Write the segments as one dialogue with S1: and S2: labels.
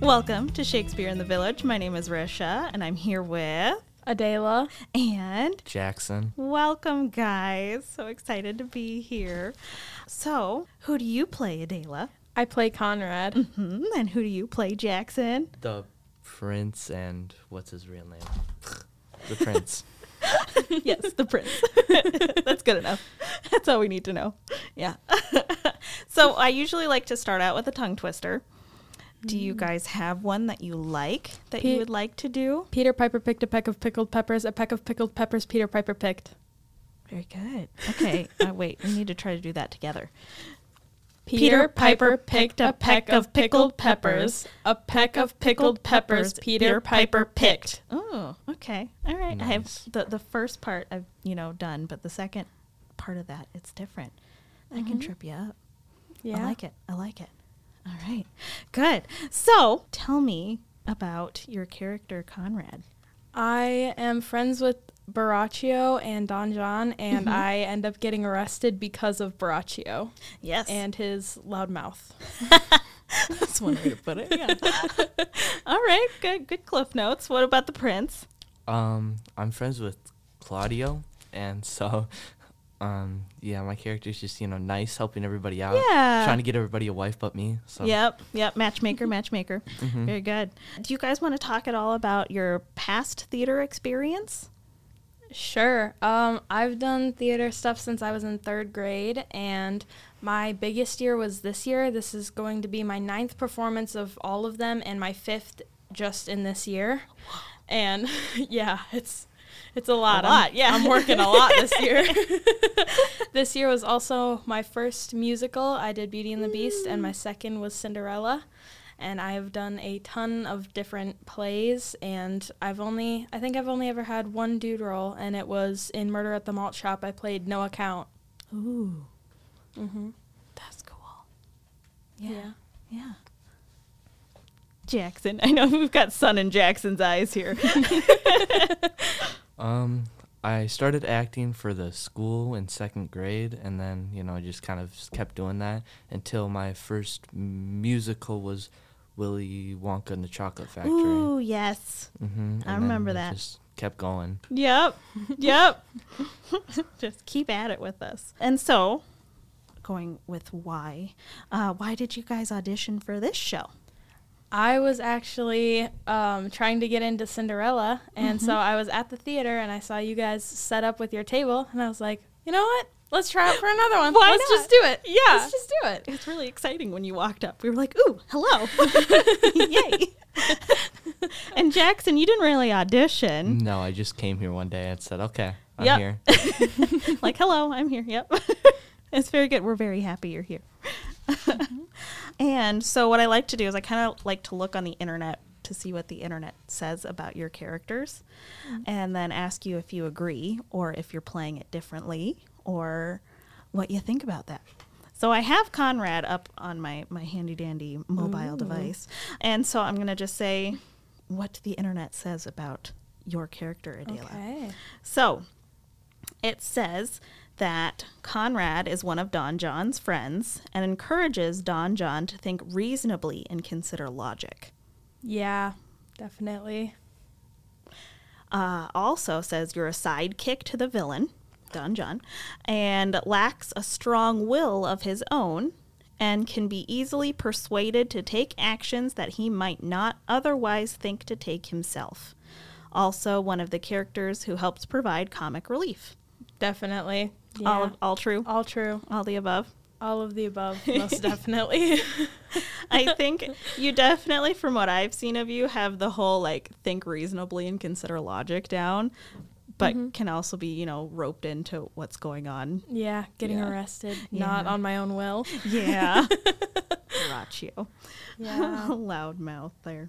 S1: Welcome to Shakespeare in the Village. My name is Risha, and I'm here with
S2: Adela.
S1: and
S3: Jackson.
S1: welcome, guys. So excited to be here. So, who do you play, Adela?
S2: I play Conrad.
S1: Hmm, and who do you play, Jackson?
S3: The prince and what's his real name? The prince.
S1: yes, the prince. That's good enough. That's all we need to know. Yeah. so I usually like to start out with a tongue twister. Do you guys have one that you like that you
S2: Pe-
S1: would like to do?
S2: Peter Piper picked a peck of pickled peppers. A peck of pickled peppers Peter Piper picked.
S1: Very good. Okay. Uh, wait, we need to try to do that together.
S2: Peter Piper picked a peck of pickled peppers. A peck of pickled peppers Peter Piper picked.
S1: Oh, okay. All right. I
S3: Nice.
S1: have the, the first part I've, you know, done, but the second part of that, it's different. I can trip you up. I like it. I like it. All right. Good. So tell me about your character, Conrad.
S2: I am friends with Baraccio and Don John, and I end up getting arrested because of Baraccio
S1: Yes.
S2: and his loud mouth.
S1: that's one way to put it. Yeah. All right. Good. Good cliff notes. What about the prince?
S3: Um, I'm friends with Claudio, and so, um, yeah, my character's just you know nice, helping everybody out,
S1: Yeah.
S3: trying to get everybody a wife but me. So
S1: Yep. Yep. Matchmaker. Matchmaker. Very good. Do you guys want to talk at all about your past theater experience?
S2: Sure. Um, I've done theater stuff since I was in third grade, and my biggest year was this year. This is going to be my ninth performance of all of them, and my fifth just in this year. And yeah, it's it's a lot. I'm-
S1: lot, yeah.
S2: I'm working a lot this year. this year was also my first musical. I did Beauty and the Beast, and my second was Cinderella. And I have done a ton of different plays, and I've only, I think I've only ever had one dude role, and it was in Murder at the Malt Shop. I played No Account.
S1: Ooh. That's cool. Yeah. Yeah. Jackson. I know we've got sun in Jackson's eyes here.
S3: Um, I started acting for the school in second grade, and then you know I just kind of s- kept doing that until my first m- musical was Willy Wonka and the Chocolate Factory.
S1: Ooh, yes.
S3: Mm-hmm,
S1: I remember that.
S3: Just kept going.
S1: Yep. Yep. Just keep at it with us. And so, going with why, uh, why did you guys audition for this show?
S2: I was actually um, trying to get into Cinderella, and so I was at the theater and I saw you guys set up with your table, and I was like, you know what? Let's try out for another one.
S1: Why
S2: Let's
S1: not?
S2: just do it.
S1: Yeah.
S2: Let's just do it.
S1: It's really exciting when you walked up. We were like, ooh, hello. Yay. and Jackson, you didn't really audition.
S3: No, I just came here one day and said, "Okay, I'm
S1: Mm-hmm. Yep.
S3: here."
S1: like, hello, I'm here. Yep. it's very good. We're very happy you're here. and so, what I like to do is I kind of like to look on the internet to see what the internet says about your characters and then ask you if you agree or if you're playing it differently or what you think about that. So I have Conrad up on my, my handy dandy mobile device. And so I'm going to just say what the internet says about your character, Adela.
S2: Okay.
S1: So it says that Conrad is one of Don John's friends and encourages Don John to think reasonably and consider logic.
S2: Yeah, definitely.
S1: Uh, also says you're a sidekick to the villain, Don John, and lacks a strong will of his own and can be easily persuaded to take actions that he might not otherwise think to take himself. Also, one of the characters who helps provide comic relief.
S2: Definitely.
S1: All,
S2: Yeah.
S1: of, all true.
S2: all true.
S1: All the above.
S2: All of the above, most definitely.
S1: I think you definitely, from what I've seen of you, have the whole like think reasonably and consider logic down, but can also be, you know, roped into what's going on.
S2: yeah, getting
S1: Yeah.
S2: arrested, not
S1: Yeah.
S2: on my own will.
S1: Yeah. Um, Ratio.
S2: Yeah.
S1: Loud mouth there.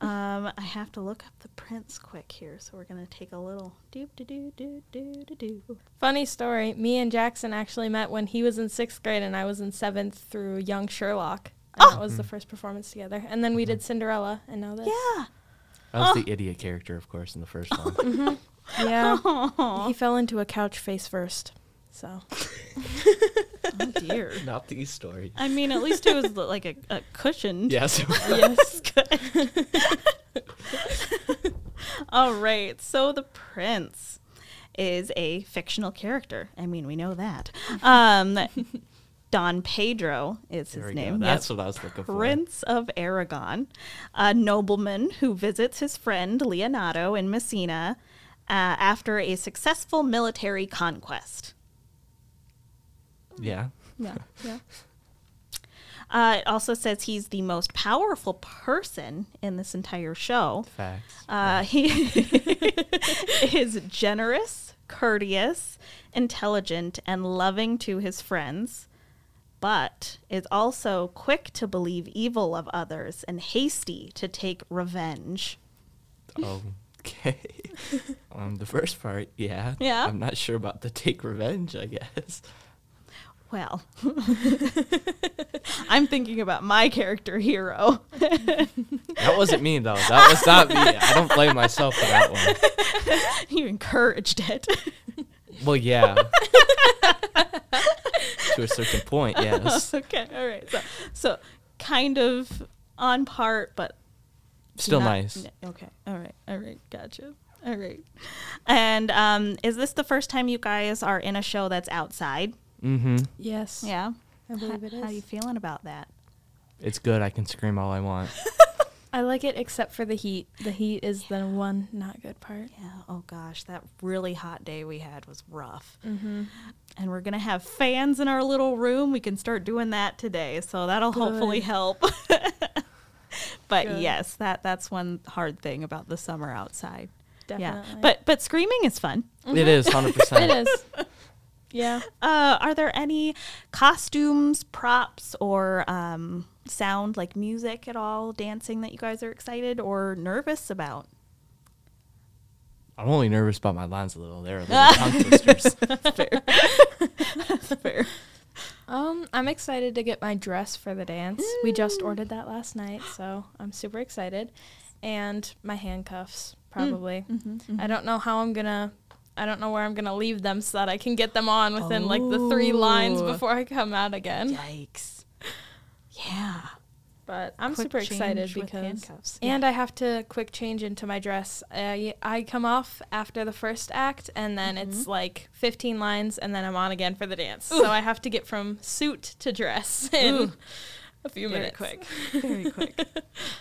S1: Um, I have to look up the prints quick here, so we're gonna take a little doop doo doo doo doo doo doo.
S2: Funny story. Me and Jackson actually met when he was in sixth grade and I was in seventh through Young Sherlock. And
S1: Oh.
S2: That
S1: Mm.
S2: was the first performance together. And then we did Cinderella and now this.
S1: Yeah.
S3: I was the idiot character, of course, in the first one.
S2: Yeah.
S1: Aw.
S2: He fell into a couch face first. So
S1: Oh dear.
S4: Not these stories.
S1: I mean, at least it was like a, a cushion.
S4: Yes.
S2: yes.
S1: All right. So the prince is a fictional character. I mean, we know that. Um, Don Pedro is
S3: There
S1: his
S3: we
S1: name.
S3: Go.
S1: Yep.
S3: That's what I was looking
S1: Prince of Aragon, a nobleman who visits his friend Leonardo in Messina uh, after a successful military conquest.
S3: for. Yeah.
S2: Yeah. Yeah.
S1: Uh, it also says he's the most powerful person in this entire show.
S3: Facts.
S1: Uh, he is generous, courteous, intelligent, and loving to his friends, but is also quick to believe evil of others and hasty to take revenge.
S3: okay. um, the first part, yeah.
S1: Yeah.
S3: I'm not sure about the take revenge, I guess.
S1: Well, I'm thinking about my character hero.
S3: That wasn't me, though. That was not me. I don't blame myself for that one.
S1: you encouraged it.
S3: Well, yeah. to a certain point, yes.
S1: okay, all right. So, so kind of on part, but
S3: Still
S1: Not-
S3: nice.
S1: n- okay. All right. All right. Gotcha. All right. And um, is this the first time you guys are in a show that's outside?
S3: Mm-hmm.
S2: Yes.
S1: Yeah.
S2: I believe it
S1: How you
S2: is.
S1: feeling about that?
S3: It's good. I can scream all I want.
S2: I like it except for the heat. The heat is the one not good part.
S1: Yeah. Oh gosh, that really hot day we had was rough. And we're gonna have fans in our little room. We can start doing that today, so that'll hopefully
S2: Good.
S1: help. but
S2: Good.
S1: yes, that that's one hard thing about the summer outside.
S2: Definitely.
S1: Yeah. But but screaming is fun.
S3: It is 100%.
S2: it is. Yeah.
S1: Uh, are there any costumes, props, or um, sound like music at all, dancing that you guys are excited or nervous about?
S3: I'm only nervous about my lines a little. They're a little tongue twisters.
S1: Fair.
S2: Um, I'm excited to get my dress for the dance. We just ordered that last night, so I'm super excited. And my handcuffs,
S1: Mm,
S2: probably.
S1: mm-hmm,
S2: I don't know how I'm gonna. I don't know where I'm gonna leave them so that I can get them on within like the three lines
S1: Oh.
S2: before I come out again.
S1: Yikes. Yeah.
S2: But I'm
S1: Quick
S2: super excited
S1: change with
S2: because.
S1: handcuffs.
S2: And I have to quick change into my dress. I, I come off after the first act, and then it's like 15 lines, and then I'm on again for the dance. So I have to get from suit to dress in
S1: Ooh.
S2: a few
S1: Very
S2: minutes.
S1: quick. Very quick.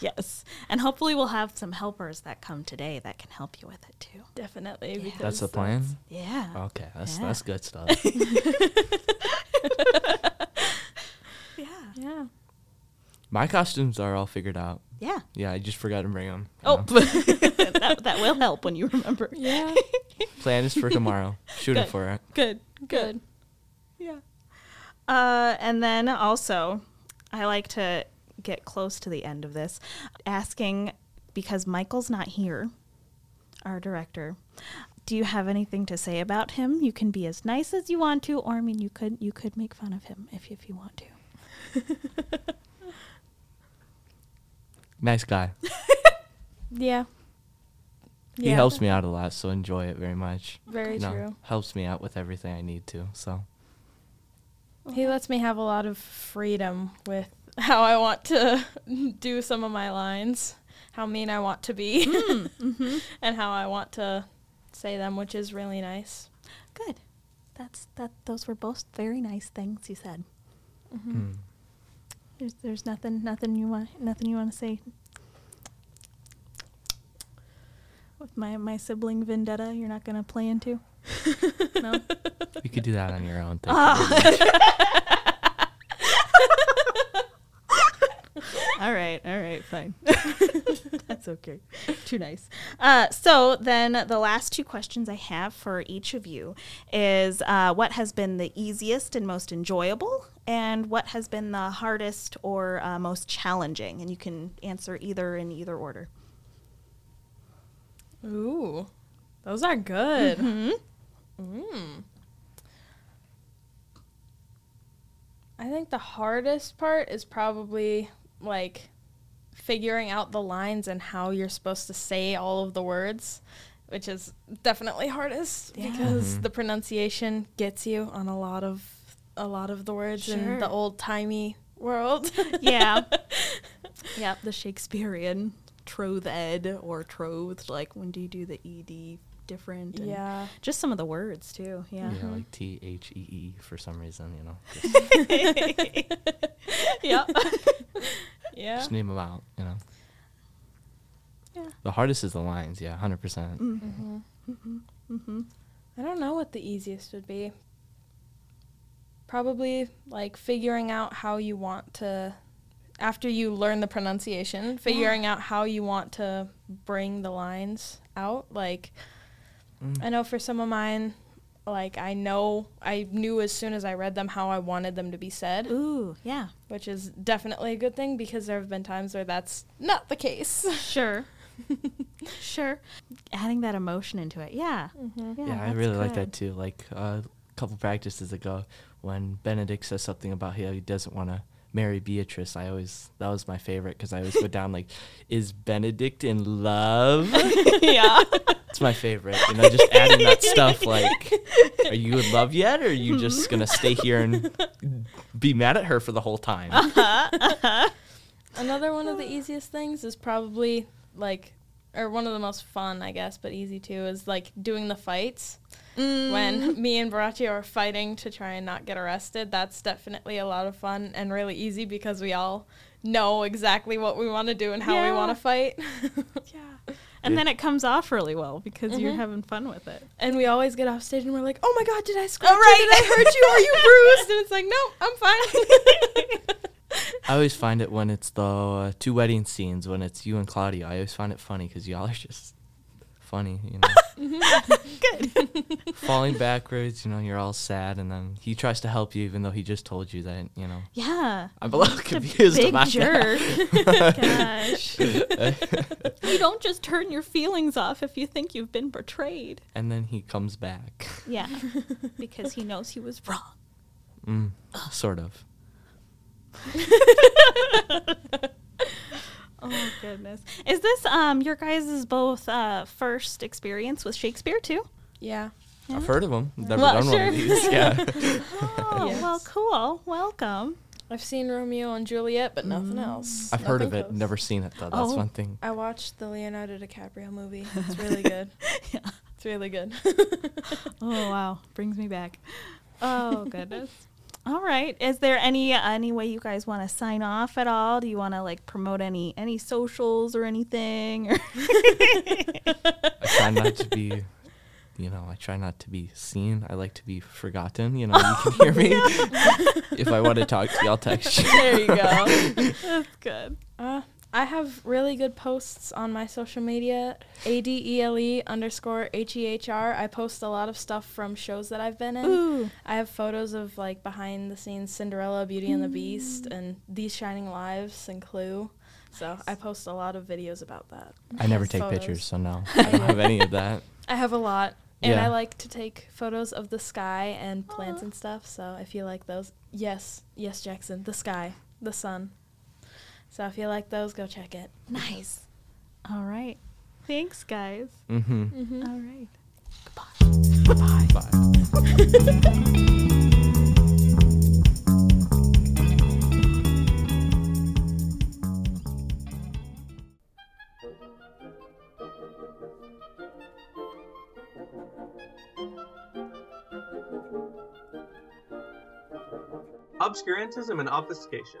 S1: yes. And hopefully we'll have some helpers that come today that can help you with it too.
S2: Definitely.
S1: Yeah.
S2: Because
S3: That's the plan?
S1: Yeah.
S3: Okay, that's,
S1: Yeah.
S3: that's good stuff.
S1: Yeah.
S2: Yeah.
S3: my costumes are all figured out.
S1: Yeah.
S3: Yeah, I just forgot to bring them.
S1: Oh, that, that will help when you remember.
S2: Yeah.
S3: Plan is for tomorrow. Shooting
S1: Good.
S3: for it.
S1: Good.
S2: Good.
S1: Yeah. Uh, and then also, I like to get close to the end of this, asking because Michael's not here, our director. Do you have anything to say about him? You can be as nice as you want to, or I mean, you could you could make fun of him if if you want to.
S3: Nice guy.
S2: Yeah.
S3: He helps me out a lot, so enjoy it very much.
S2: Very true.
S3: Helps me out with everything I need to. So
S2: He lets me have a lot of freedom with how I want to do some of my lines, how mean I want to be, and how I want to say them, which is really nice.
S1: Good. That's that. Those were both very nice things you said.
S3: mm.
S1: There's there's nothing nothing you want nothing you want to say. With my my sibling vendetta, you're not gonna play into. no.
S3: you could do that on your own. Thank
S1: All right, all right, fine. That's okay. Too nice. Uh, so then, the last two questions I have for each of you is: uh, what has been the easiest and most enjoyable, and what has been the hardest or uh, most challenging? And you can answer either in either order.
S2: Ooh, those are good.
S1: Mm-hmm.
S2: Mm. I think the hardest part is probably like figuring out the lines and how you're supposed to say all of the words, which is definitely hardest
S1: Yeah.
S2: because the pronunciation gets you on a lot of a lot of the words
S1: Sure.
S2: in the old timey world.
S1: yeah. yep, the Shakespearean troth ed or trothed, like when do you do the ed different? and
S2: yeah.
S1: Just some of the words too. Yeah.
S3: Yeah, like T H E E for some reason, you know. Just,
S2: Yeah. yeah.
S3: just name them out, you know.
S2: Yeah.
S3: The hardest is the lines, yeah, 100%.
S2: hmm
S1: Mm-hmm.
S2: I don't know what the easiest would be. Probably like figuring out how you want to, after you learn the pronunciation, figuring out how you want to bring the lines out. Like,
S3: Mm.
S2: I know for some of mine, like I know I knew as soon as I read them how I wanted them to be said,
S1: Ooh, yeah.
S2: which is definitely a good thing because there have been times where that's not the case.
S1: Sure. sure. Adding that emotion into it. Yeah.
S2: Mm-hmm.
S1: Yeah,
S3: Yeah, I
S1: that's
S3: really like
S1: good.
S3: that too. Like uh, a couple practices ago, when Benedict says something about how he doesn't want to marry Beatrice, I always that was my favorite because I always go down like, "Is Benedict in love?"
S1: yeah.
S3: It's my favorite. You know, just adding that stuff like, "Are you in love yet? Or are you just gonna stay here and be mad at her for the whole time?"
S2: Another one of the easiest things is probably like, or one of the most fun, I guess, but easy too, is like doing the fights.
S1: Mm.
S2: When me and Barachi are fighting to try and not get arrested, that's definitely a lot of fun and really easy because we all know exactly what we want to do and how
S1: Yeah.
S2: we want to fight.
S1: Yeah. Mm-hmm. And then it comes off really well because you're
S2: Mhm.
S1: having fun with it.
S2: and we always get off stage and we're like, oh my God, did I scratch
S1: right.
S2: you? Did I hurt you? Are you bruised? And it's like, no, I'm fine.
S3: I always find it when it's the uh, two wedding scenes when it's you and Claudia. I always find it funny because y'all are just funny, you know.
S1: Good.
S3: falling backwards, you know, you're all sad, and then he tries to help you even though he just told you that, you know.
S1: Yeah.
S3: I'm a little confused
S1: Big
S3: about
S1: jerk.
S3: that.
S1: Gosh. you don't just turn your feelings off if you think you've been betrayed.
S3: and then he comes back.
S1: Yeah. because he knows he was wrong.
S3: Mm, sort of.
S1: Oh goodness. Is this um your guys' both uh first experience with Shakespeare too?
S2: yeah.
S3: I've heard of him. Never
S2: Well,
S3: done one of
S2: sure.
S3: these. Yeah.
S1: Oh,
S2: Yes.
S1: well cool. Welcome.
S2: I've seen Romeo and Juliet, but nothing else.
S3: I've heard of
S2: Nothing
S3: it,
S2: close.
S3: never seen it though. That's
S1: Oh.
S3: one thing.
S2: Mm. I watched the Leonardo DiCaprio movie. It's really good.
S1: Yeah.
S2: It's really good.
S1: Oh wow, brings me back. Oh goodness. all right. Is there any uh, any way you guys want to sign off at all? Do you want to like promote any any socials or anything? Or
S3: I try not to be you know, I try not to be seen. I like to be forgotten. You know, you can hear me. if I want to talk to you, I'll text you.
S2: there you go.
S1: that's good.
S2: Uh, I have really good posts on my social media. A D E L E underscore H E H R. I post a lot of stuff from shows that I've been in.
S1: Ooh.
S2: I have photos of like behind the scenes Cinderella, Beauty and the Beast, and These Shining Lives and Clue. So I post a lot of videos about that.
S3: I never take
S2: Photos.
S3: pictures, so no. I don't have any of that.
S2: I have a lot. And
S3: Yeah.
S2: I like to take photos of the sky and plants
S1: Aw.
S2: and stuff. So if you like those, yes, yes, Jackson, the sky, the sun. So if you like those, go check it.
S1: Nice. All right. Thanks, guys.
S3: Mm-hmm.
S1: All right.
S3: Bye.
S4: Obscurantism and obfuscation.